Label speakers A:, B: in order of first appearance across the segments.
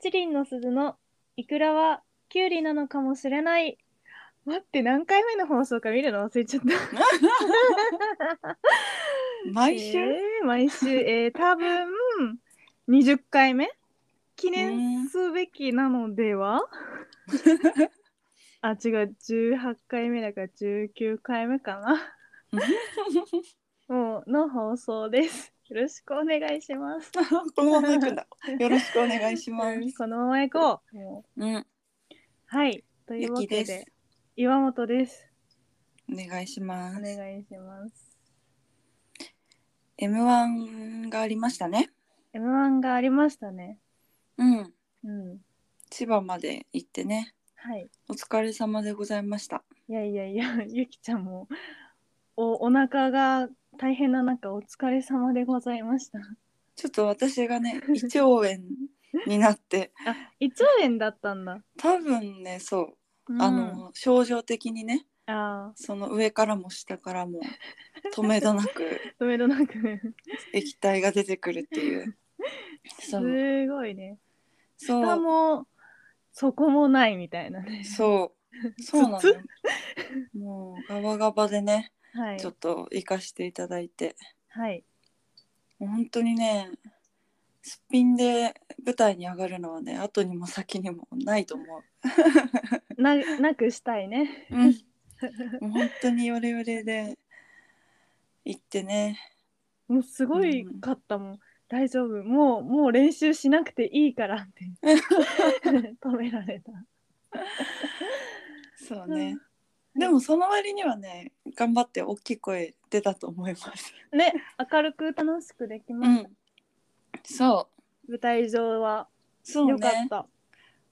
A: 七輪の鈴のイクラはキュウリなのかもしれない。待って、何回目の放送か見るの忘れちゃった。
B: 毎週、
A: えー毎週、えー、多分20回目記念すべきなのでは、 あ、違う、18回目だから19回目かな。もうの放送です。よろしくお願いします。
B: このまま行くんだ。よろしくお願いします。
A: このまま行こ う。も
B: うん、
A: うはい。とい
B: ゆ
A: うわ
B: き
A: け
B: で。
A: です岩本です。
B: お願いし
A: お
B: ます。
A: 願いします。
B: M1 がありましたね。
A: M1 がありましたね。
B: うん、
A: うん。
B: 千葉まで行ってね。
A: はい。
B: お疲れ様でございました。
A: いやいやいや、 ゆきちゃんもおお腹が大変な中お疲れ様でございま した。
B: ちょっと私 がね、胃腸炎になって、
A: 胃腸炎だったんだ。
B: 多分ね、そうう、
A: ん
B: あの、症状的にね、
A: あ
B: その上からも下からも止めどな く
A: ー止めどなくね。
B: 液体が出てくるっていう。
A: す
B: そう、
A: ごいね。
B: そ
A: 下
B: う、
A: も底もないみたいなね。
B: そう、そうなのよ。もうガバガバでね、
A: はい
B: ちょっと行かしていただいて、
A: はい。
B: もう本当にね、すっぴんで舞台に上がるのはね、後にも先にもないと思う。
A: な なくしたいね。
B: うん、もう本当にヨレヨレで行ってね
A: もうすごいかったもん。大丈夫。もうもう練習しなくていいからって 止められた。
B: そうね、でもその割にはね頑張って大きい声出たと思います
A: ね明るく楽しくできま
B: う
A: した。
B: んそう
A: 舞台上は
B: そう
A: 良かっ
B: ね
A: た。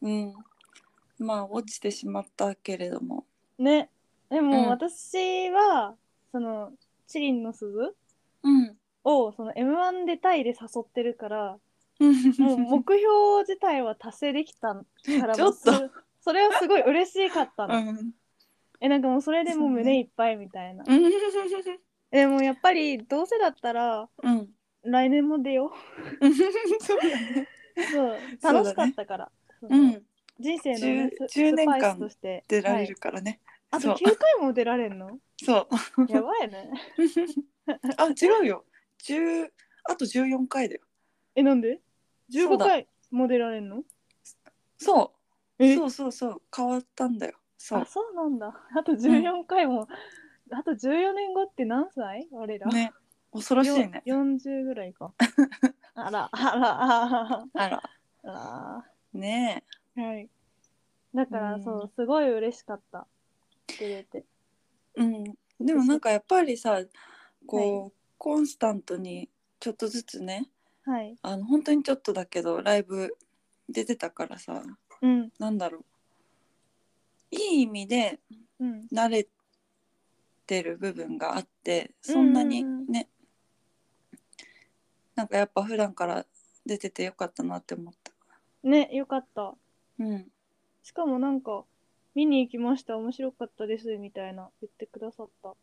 B: うんまあ落ちてしまったけれども
A: ねで
B: うん
A: も私は、そのチリンの鈴
B: うん
A: をその m 1出たいで誘ってる からもう目
B: う
A: 標自体は達成できたから
B: ちょっと
A: もうそれそれはすごい嬉しかったの、
B: ん
A: えなんかもうそれでもう
B: そうね
A: 胸いっぱいみたいな、
B: うん
A: でもやっぱりどうせだったら
B: うん
A: 来年も出よ
B: そうだね
A: うそう
B: そうだね
A: 楽しかったからそう
B: うん
A: 人生のね、
B: 10
A: ス
B: 10年間
A: スパイスとして
B: 出ら
A: は
B: れ
A: い
B: る、からね、
A: あと
B: そう
A: 9回も出られるの
B: そう
A: やばいね
B: あ違うよ10あと14回だよ
A: えなんで
B: そう
A: 15
B: だ
A: 回も出られるの
B: そう
A: え
B: そうそうそう変わったんだよそう
A: あそうなんだあと14回も、あと14年後って何歳我ら、
B: ね恐ろしいね
A: よ40ぐらい かあらあらあ
B: あら
A: らあ
B: ね
A: らはいだから、
B: うん
A: そうすごい嬉しかった出れて
B: えうんでもなんかやっぱりさこう、コンスタントにちょっとずつね
A: はい
B: あの本当にちょっとだけどライブ出てたからさ
A: うん
B: なんだろういい意味で
A: うん
B: 慣れてる部分があってそんなに
A: うんうん
B: ね、なんかやっぱ普段から出ててよかったなって思った。
A: ねよかった
B: うん、
A: しかもなんか見に行きました面白かったですみたいな言ってくださった方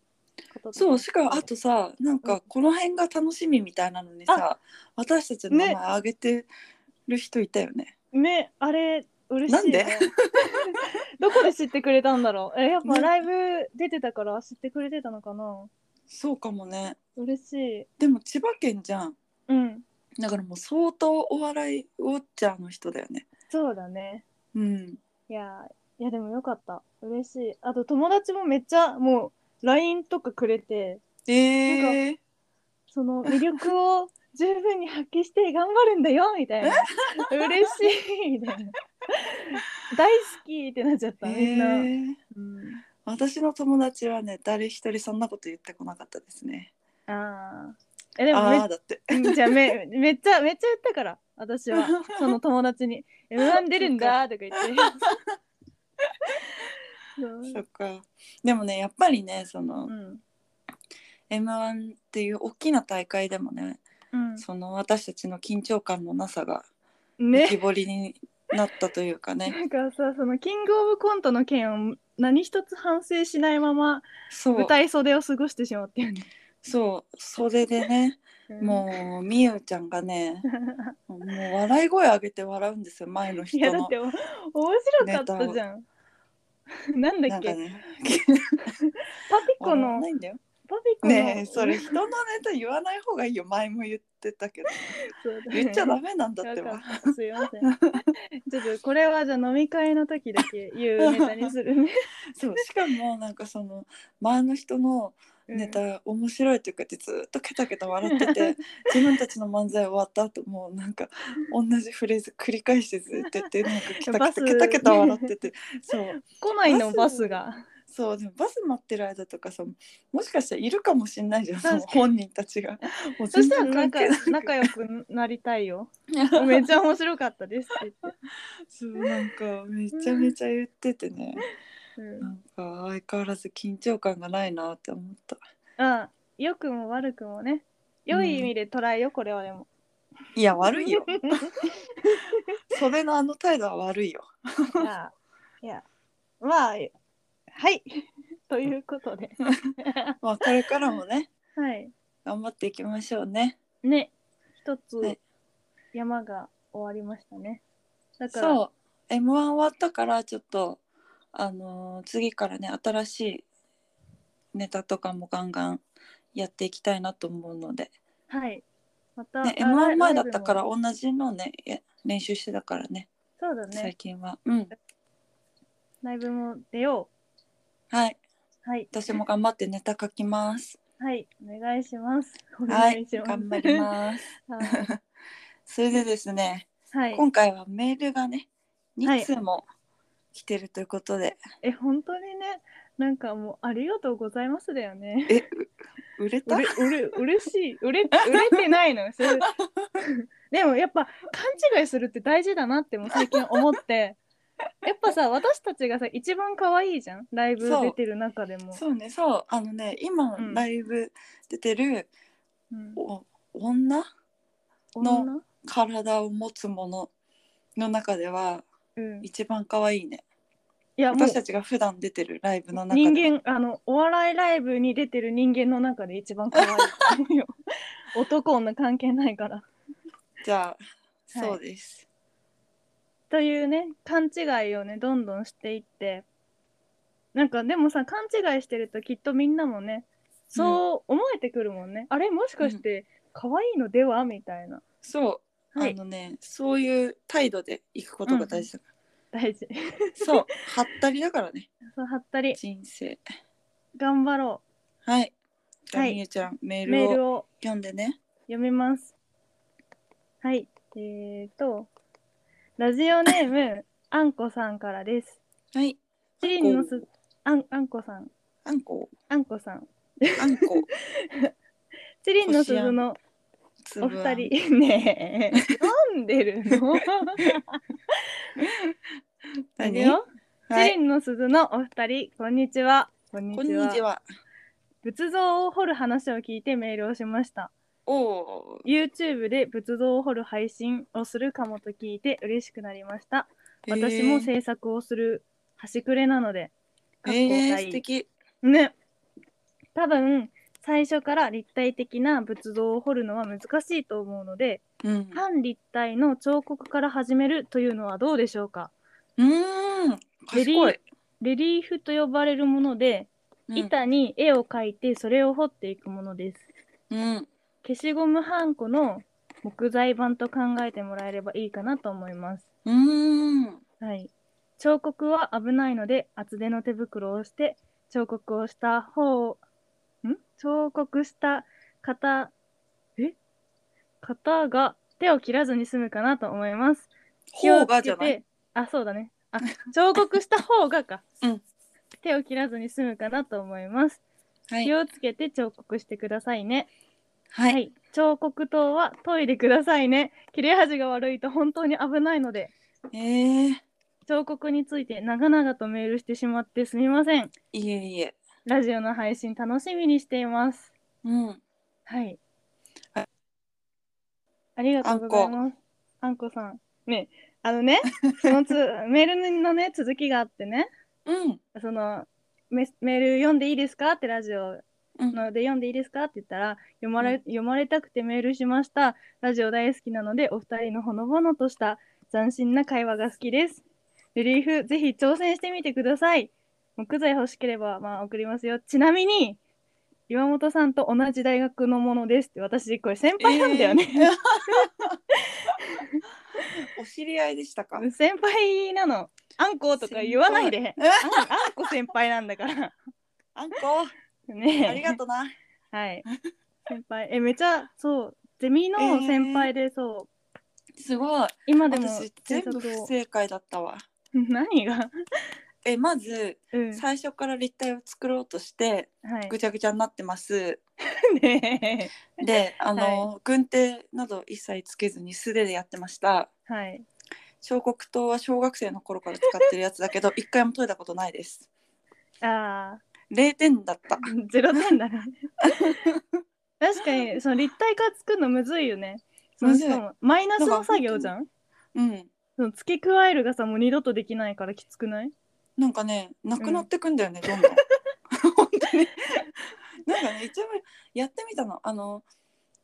A: とか
B: そうしかもあとさなん
A: うん
B: かこの辺が楽しみみたいなのにさ、私たちの名前挙げてる人いたよね。
A: ねあれ嬉しい、ね、
B: なんで
A: どこで知ってくれたんだろうえやっぱ
B: ね
A: ライブ出てたから知ってくれてたのかな
B: そうかもね
A: 嬉しい
B: でも千葉県じゃん
A: うん
B: だからもう相当お笑いウォッチャーの人だよね。
A: そうだね
B: うん、
A: いやーいやでもよかった嬉しいあと友達もめっちゃもう LINE とかくれて
B: えー、
A: その魅力 を十分に発揮して頑張るんだよみたいな嬉しいみたいな大好きってなっちゃったみんな、
B: えー
A: うん、
B: 私の友達はね誰一人そんなこと言ってこなかったですね。
A: あーえでもめっ
B: ああーだって。
A: うんじゃあめめっちゃめっちゃ言ったから私はその友達 に「M‐1 出るんだ」とか言って そう
B: そっかでもねやっぱりねその、
A: うん、
B: m 1っていう大きな大会でもね、
A: う
B: その私たちの緊張感のなさが
A: ん、
B: 浮き
A: ね
B: 彫りになったというかね
A: なんかさそのキングオブコントの件を何一つ反省しないまま
B: そう
A: 舞台袖を過ごしてしまったよね、
B: そう袖でね
A: うん
B: もうみゆちゃんがねもうもう笑い声上げて笑うんですよ前の人
A: いやだ
B: の
A: ってお面白かったじゃんなんだ
B: な
A: っ
B: ん
A: け、
B: かね
A: パピコ
B: 笑わ
A: の
B: ないんだよ
A: パピコの
B: ねえそれ人のネタ言わない方がいいよ前も言ってたけど
A: そうだね
B: 言っちゃダメなんだっ て
A: わ
B: ば
A: かったすいません ちょっとこれはじゃあ飲み会の時だけ言うネタにするね、
B: そうしかもなんかその前の人の ネ
A: うん
B: タ面白いというかってずっとケタケタ笑って て自分たちの漫才終わった後もうなんか同じフレーズ繰り返してずっとやってなんかケタ
A: バ
B: ケ
A: ス
B: タケタケタ笑って てそう
A: 来ないのバスが
B: そうでもバス待ってる間とかさもしかしたらいるかもしれないじゃん
A: 確か
B: そ
A: に
B: の本人たちがもう
A: そ
B: 全
A: したら
B: 然関
A: 仲
B: 係ない
A: 仲良くなりたいよ めっちゃ面白かったですって言って、
B: そうなんかめちゃめちゃ言っててね
A: う
B: なんか相変わらず緊張感がないなって思った
A: ん、あ良くも悪くもね良い意味で捉えよこれはでも
B: いや悪いよ それのあの態度は悪いよ
A: いやいやまあはい ということで
B: まあこれからもね
A: はい
B: 頑張っていきましょうね。
A: ね一つ
B: はい
A: 山が終わりましたねだから
B: そう M1 終わったからちょっとあのー次からね新しいネタとかもガンガンやっていきたいなと思うので、
A: はいまた、
B: ね、
A: あ
B: M1 前だったか
A: ラ
B: ら
A: イブも
B: 同じのねえ練習してたからね
A: そうだね
B: 最近はうん
A: ライブも出よ
B: はいう
A: はい
B: 私も頑張ってネタ書きます
A: はいお願いしますお
B: は
A: 願
B: い
A: いします、
B: 頑張ります
A: す
B: それでですね
A: はい
B: 今回はメールがね
A: はい
B: 2通も来てるということで、
A: え本当にねなんかもうありがとうございますだよね。
B: えう売れた
A: うれうれ嬉しい売れ売れてない のよ。 それでもやっぱ勘違いするって大事だなってもう最近思って。やっぱさ私たちがさ一番可愛いじゃんライブ
B: そう
A: 出てる中でも。
B: そうねそうあのね今
A: うん
B: ライブ出てる、
A: うん
B: お女の
A: 女
B: 体を持つものの中では
A: うん、い
B: 一番可愛いね
A: やもう
B: 私たちが普段出てるライブの中で
A: 人間あのお笑いライブに出てる人間の中で一番可愛いと 思うよ男女関係ないから。
B: じゃあ、
A: はい
B: そうです
A: というね勘違いをねどんどんしていってなんかでもさ勘違いしてるときっとみんなもねそう思えてくるもんね、あれもしかして可愛いのではみたいな
B: そう、
A: はい
B: あのねそういう態度で行くことが大事だか
A: 大事
B: ら、そうはったりだからね
A: そうはったり
B: 人生
A: 頑張ろ
B: はいじゃあ
A: はい
B: みゆちゃんメ
A: う
B: ー
A: メー
B: ルを
A: ルを
B: 読んでね
A: 読みますはいえーとラジオネームあんこさんからです
B: はい
A: チリンのすあんあんこさん
B: あんこ
A: あんこさん
B: あん こ
A: チリンの鈴の
B: つぶあ
A: お
B: ん
A: 二人ねえ飲んでるの
B: 何
A: 何よ、
B: は
A: チ
B: い
A: リンの鈴のお二人こんにちはこんに
B: こんにちは
A: 仏像を彫る話を聞いてメールをしました
B: おー
A: YouTube で仏像を彫る配信をするかもと聞いて嬉しくなりました私も制作をする端くれなのでかっこ
B: えー
A: かい
B: 素
A: い
B: 敵
A: ね多分最初から立体的な仏像を彫るのは難しいと思うので
B: うん
A: 半立体の彫刻から始めるというのはどうでしょうか
B: うーん
A: レリ
B: 賢い、
A: レリーフと呼ばれるもので、
B: うん、
A: 板に絵を描いてそれを彫っていくものです
B: うん
A: 消しゴムはんこの木材版と考えてもらえればいいかなと思います
B: うーん
A: はい彫刻は危ないので厚手の手袋をして彫刻をした方ん彫刻した方え方が手を切らずに済むかなと思います
B: ほうがじゃな
A: 気をつ
B: い
A: けてあそうだね あ彫刻した方がか、
B: うん
A: 手を切らずに済むかなと思います
B: はい
A: 気をつけて彫刻してくださいね
B: は
A: はい、
B: い
A: 彫刻刀は研いでくださいね切れ端が悪いと本当に危ないので
B: えー、
A: 彫刻について長々とメールしてしまってすみません
B: いえいえ
A: ラジオの配信楽しみにしています
B: うん
A: はい
B: あ
A: ありがとうございますあんこさんねあのねそのつ メールのね続きがあってね
B: うん
A: そのメメール読んでいいですかってラジオ
B: うん
A: ので読んでいいですかって言ったら読まれ、読まれたくてメールしましたラジオ大好きなのでお二人のほのぼのとした斬新な会話が好きですリリーフぜひ挑戦してみてください木材欲しければまあ送りますよちなみに岩本さんと同じ大学のものですって私これ先輩なんだよね、
B: お知り合いでしたか。
A: 先輩なのあんことか言わないで
B: 先輩
A: あんあんこ先輩なんだから
B: あんこ、
A: ねえ
B: ありがとな。
A: はい。先輩、え、めちゃ、そう、ゼミの先輩で、そう、
B: すごい。
A: 今でも
B: 私全部
A: 制
B: 不
A: 作を
B: 正解だったわ。
A: 何が、
B: えまず
A: うん、は
B: 最初から立体を作ろうとして
A: い
B: ぐ。ちゃぐちゃになってます。
A: ね
B: で、あの、軍手など一切つけずに素手でやってました。
A: えはい。
B: 彫刻刀は小学生の頃から使ってるやつだけ ど一回も研いだことないです。
A: あ
B: 0点だった。
A: あ、 ゼロ点だね。 確かに、その立体化作るのむずいよね。その
B: むずい
A: しかもマイナスの作業じゃん。
B: うん。
A: その付け加えるがさ、もう二度とできないからきつくない。
B: なんかね、なくなってくんだよね、どんどん。本当に。なんかね、一応やってみたの。あの、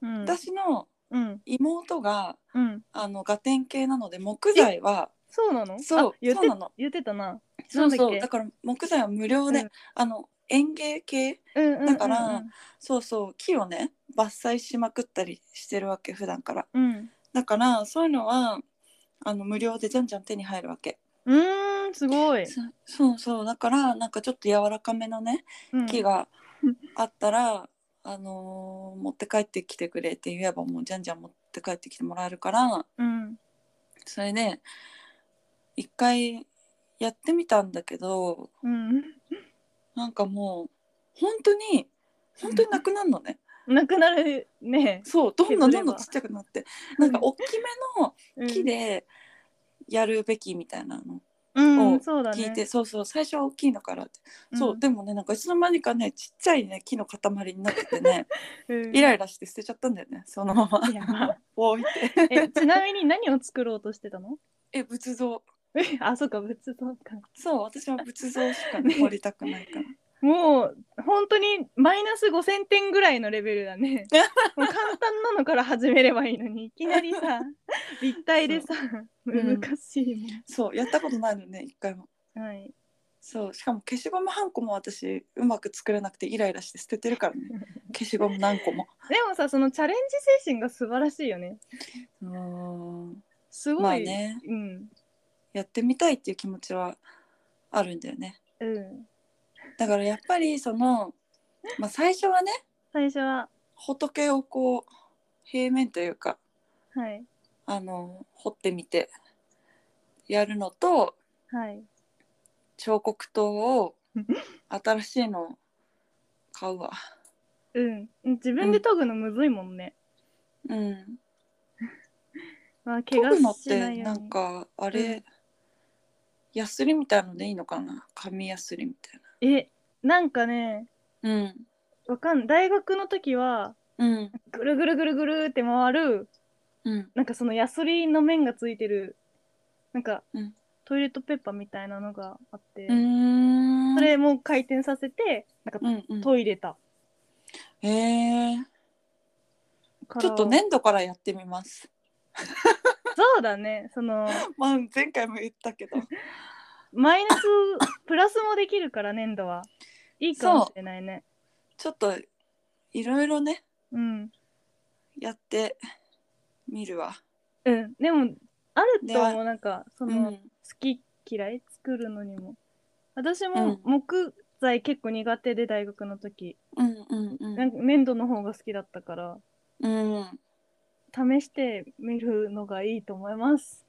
A: うん。
B: 私の
A: うん。
B: 妹が、
A: うん。
B: あの、ガテン系なので、木材は、
A: そうなの。
B: そう
A: あ言っ
B: そう
A: て
B: なの
A: 言ってたな。
B: そう
A: なんだっ
B: そ
A: け
B: う、だから木材は無料で、
A: うん
B: あの、園芸系、
A: うんうんうん、うん。
B: だからそうそう、木をね、伐採しまくったりしてるわけ、普段から。
A: うん。
B: だから、そういうのは、あの、無料でじゃんじゃん手に入るわけ。
A: うーん、すごい。
B: そそうそう、だから、なんかちょっと柔らかめのね、
A: うん
B: 木があったら、あのー持って帰ってきてくれって言えばもうじゃんじゃん持って帰ってきてもらえるから
A: うん。
B: それで一回やってみたんだけど
A: うん。
B: なんかもう本当に本当になくなるのね
A: なくなるね。
B: そうどんどんど
A: 削
B: ん
A: れ
B: ど
A: ば
B: んちっちゃくなってなんか大き
A: うん
B: めの木でやるべきみたいなの
A: うん、
B: を
A: そうだね。
B: 聞いて、そうそう最初は大きいのからって、
A: うん
B: そう、でもねなんかいつの間にかねちっちゃいね木の塊になっててね
A: うん
B: イライラして捨てちゃったんだよねそのまま
A: いやまあ
B: 置いて
A: え、ちなみに何を作ろうとしてたの？
B: え仏像
A: えあ、そうか、仏像か。
B: そう私は仏像しかね掘りたくないから
A: もう本当にマイナス5000点ぐらいのレベルだ ね。もう簡単なのから始めればいいのに、いきなりさ、立体でさ、
B: うん
A: 難しいね。
B: そうやったことないのね一回も
A: はい。
B: そうしかも消しゴムハンコも私うまく作れなくてイライラして捨ててるからね消しゴム何個も
A: でもさ、そのチャレンジ精神が素晴らしいよね。
B: うーん
A: すごい。
B: まあね
A: うん。
B: やってみたいっていう気持ちはあるんだよね
A: うん。
B: だからやっぱりその、まあ、最初はね
A: 最初は、
B: 仏をこう平面というか
A: はい。
B: あの掘ってみてやるのと
A: はい。
B: 彫刻刀を新しいのを買うわ
A: うん。自分で研ぐのむずいもんね。
B: うん
A: まあ、怪
B: 研
A: 我
B: ぐのっ
A: しな
B: て
A: いよ
B: な
A: うに
B: んかあれ、
A: うん
B: ヤスリみたいのでいいのかな紙ヤスリみたい
A: えなんかね
B: なうん
A: わかん大学の時は
B: うん
A: ぐるぐるぐるぐるって回る
B: うん
A: なんかそのヤスリの面がついてるなんか、
B: うん
A: トイレットペーパーみたいなのがあって、
B: うーん
A: それも回転させてなん
B: う
A: か
B: んうん
A: 研いでた、
B: へえ
A: から
B: ちょっと粘土からやってみます
A: そうだねその
B: まあ前回も言ったけど
A: マイナスプラスもできるから粘土はいいかもしれないね
B: ちょっといろいろね
A: うん
B: やってみるわ
A: うんでもあると思うなんかその、
B: うん
A: 好き嫌い作るのにも私も木材結構苦手で大学の時、
B: うんうんう
A: なん
B: ん
A: か粘土の方が好きだったから
B: うん
A: 試してみるのがいいと思います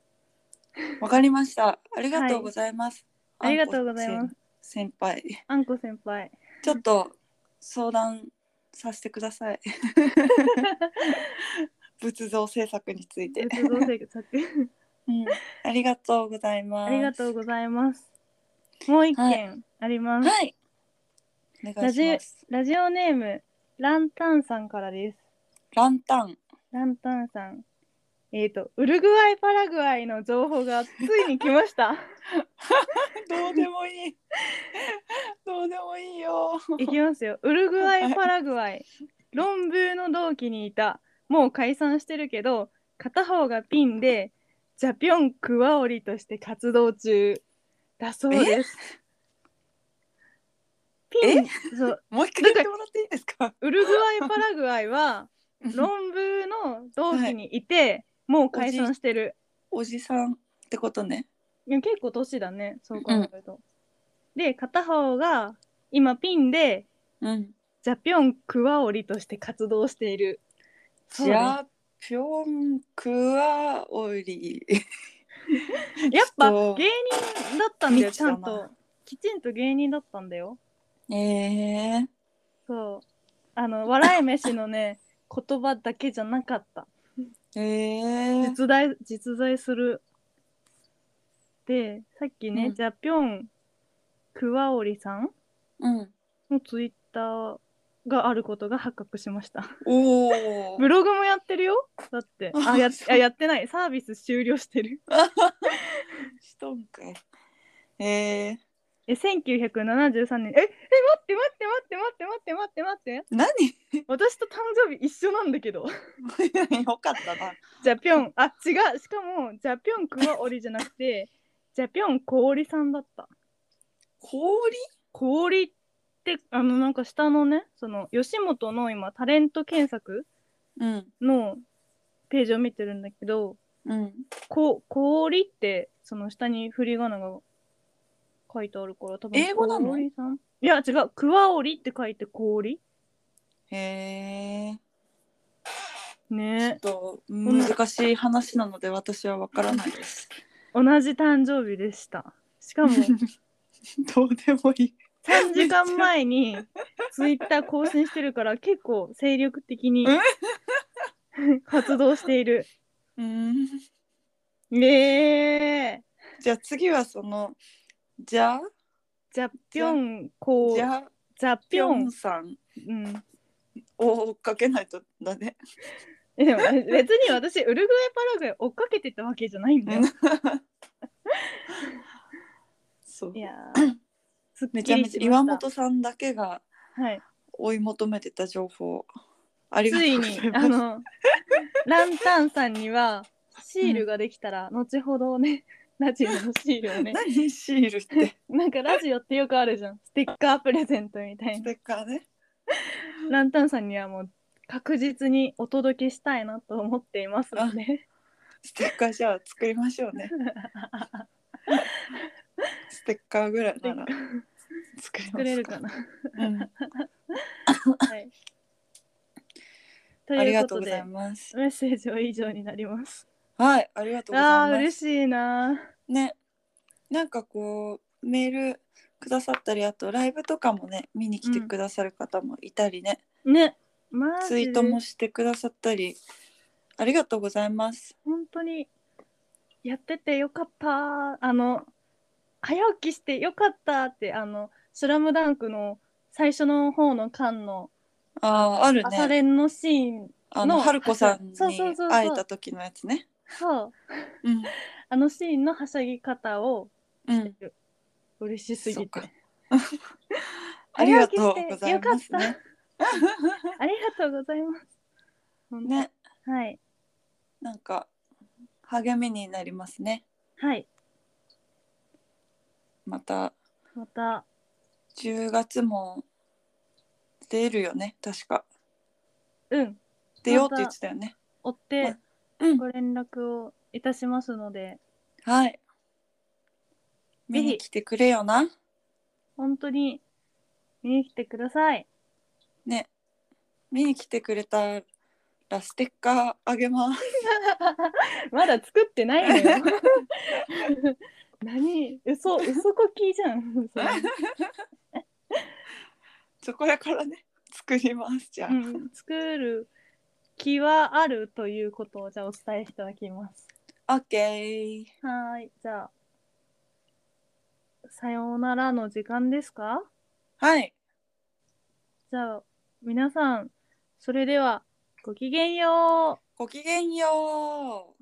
B: わかりましたありがとうございます、
A: ありがとうございます
B: せん先輩
A: あんこ先輩
B: ちょっと相談させてくださ い仏像制作について、
A: 仏像制 作
B: うん、ありがとうございます
A: ありがとうございますもう一
B: は
A: 件あります、
B: はいお願いします
A: ラジオネームランタンさんからです
B: ランタン
A: ランタンさんえっ、と、ウルグアイ・パラグアイの情報がついに来ました。
B: どうでもいい。 どうでもいいよ。
A: いきますよ。ウルグアイ・パラグアイ。論文の同期にいた。もう解散してるけど、片方がピンで、ジャピョン・クワオリとして活動中だそうです。ピン、そう、
B: もう一回言ってもらっていいですか。
A: ウルグアイ・パラグアイは、論文の同期にいて、もう解散してる。
B: おじさんってことね。
A: いや結構年だね、そう考えると。で、片方が今ピンで、
B: うん。
A: ジャピョン・クワオリとして活動している。
B: ジ
A: そうね
B: ャピョンクワオ リ。
A: やっぱ
B: ちょっ
A: 芸
B: と
A: 人だったんだよ、
B: 未
A: ち
B: 知だ
A: ゃ
B: なん
A: と。きちんと芸人だったんだよ。
B: ええー。
A: そう。あの、笑い飯の ね、言葉だけじゃなかった。
B: ええー。
A: 実在、実在する。で、さっきね、
B: うん
A: ジャピョン・クワオリさん
B: うん。
A: のツイッターがあることが発覚しました。
B: おお。
A: ブログもやってるよだって。あ、やっあやってない。サービス終了してる。
B: しとんかい。ええ
A: え、1973年。え、え、待って待って待って待って待って待って待って。
B: ー。何。
A: 私と誕生日一緒なんだけ ど。
B: よかったな。
A: ジャピョン、 あ、違う。しかも、ジャピョンクワオリじゃなく て、ジャピョン氷さんだった。
B: 氷。
A: 氷って、あの、なんか下のね、その、吉本の今、タレント検索
B: うん。
A: のページを見てるんだけど、
B: うん。
A: こ氷ってその下に振り仮名が書いてあるから多分
B: 英語なの
A: 氷さんいや違うクワオリって書いて氷
B: へえー。
A: ね
B: ちょっと難しい話なので私はわからないです。
A: 同じ誕生日でしたしかも
B: どうでもいい。
A: 3時間前にツイッター更新してるから結構精力的に活動している
B: うん。
A: ねえ
B: じゃあ次はそのじゃ
A: ジャピョンこう
B: じゃ
A: ジャ
B: ぴ
A: ピョ
B: ょん
A: ン
B: さん
A: うん
B: を追っかけないとだね。
A: えでも別に私ウルグアイパラグアイ追っかけてたわけじゃないんだよ
B: そう
A: い。やーすっき
B: め
A: り
B: ちゃめちゃ
A: しま
B: 岩
A: した
B: 本さんだけが
A: はい、
B: 追い求めてた情報。ありが
A: つ
B: と
A: いう
B: ござ
A: に
B: います。
A: あのランタンさんにはシールができたら、後ほどねラジオのシールをね
B: 何シールって
A: なんかラジオってよくあるじゃんステッカープレゼントみたい
B: ス
A: な
B: テッカーね。
A: ランタンさんにはもう確実にお届けしたいなと思っていますので
B: ステッカーじゃあ作りまし ょうね。ステッカーぐらいなら作ります
A: 作れるかな、
B: うん
A: はい、と
B: あ
A: い
B: り
A: う
B: が
A: こと
B: う
A: と
B: ござい
A: で
B: ます。
A: メッセージは以上になります
B: はい、ありがとうご
A: あ
B: ざ
A: あ
B: いま
A: 嬉
B: す。
A: しいなー
B: ね、なんかこうメールくださったり、あとライブとかもね、見に来てくださる方もいたりね、
A: ねマジ
B: ツイートもしてくださったり、ありがとうございます。
A: 本当にやっててよかったあの早起きしてよかったってあの「スラムダンクの最初の方の巻の
B: あー、ある
A: 朝
B: ね。
A: 練のシーン
B: あの
A: の
B: 春子さん に
A: そうそうそうそう
B: 会えた時のやつね。
A: そう
B: うん、
A: あのシーンのはしゃぎ方を
B: うん、
A: 嬉しすぎて
B: そうか ありがとうござい
A: 早
B: ます
A: 起きしてよ
B: ね。
A: ありがとうございます本当
B: ね、
A: はい
B: なんか励みになりますね。
A: はい
B: また
A: また
B: 10月も出るよね確か
A: うん
B: 出ようって言ってたよね
A: 追って
B: うん
A: ご連絡をいたしますので
B: はい見に来てくれよな
A: 本当に見に来てください
B: ね見に来てくれたらステッカーあげます
A: まだ作ってないのよ。 何嘘嘘こきじゃん。それ
B: そこやからね作りますじゃあ、
A: うん、作る気はあるということをじゃあお伝えしておきます。
B: オッケー
A: はーいじゃあさようならの時間ですか
B: はい
A: じゃあ皆さんそれではごきげんよう
B: ごきげんよう